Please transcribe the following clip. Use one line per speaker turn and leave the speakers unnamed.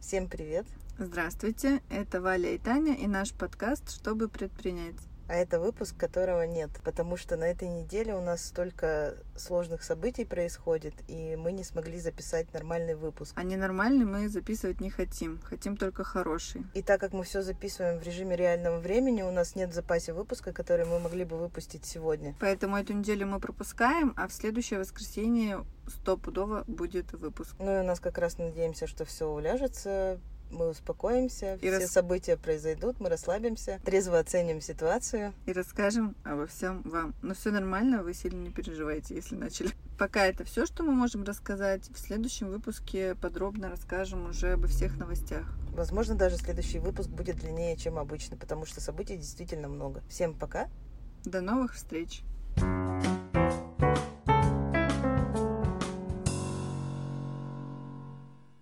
Всем привет!
Здравствуйте, это Валя и Таня и наш подкаст «Чтобы предпринять».
А это выпуск, которого нет, потому что на этой неделе у нас столько сложных событий происходит, и мы не смогли записать нормальный выпуск.
А ненормальный мы записывать не хотим, хотим только хороший.
И так как мы все записываем в режиме реального времени, у нас нет в запасе выпуска, который мы могли бы выпустить сегодня.
Поэтому эту неделю мы пропускаем, а в следующее воскресенье стопудово будет выпуск.
Ну и у нас как раз надеемся, что все уляжется, мы успокоимся,
И
все
рас-
события произойдут, мы расслабимся, трезво оценим ситуацию.
И расскажем обо всем вам. Но все нормально, вы сильно не переживайте, если начали. Пока это все, что мы можем рассказать. В следующем выпуске подробно расскажем уже обо всех новостях.
Возможно, даже следующий выпуск будет длиннее, чем обычно, потому что событий действительно много. Всем пока!
До новых встреч!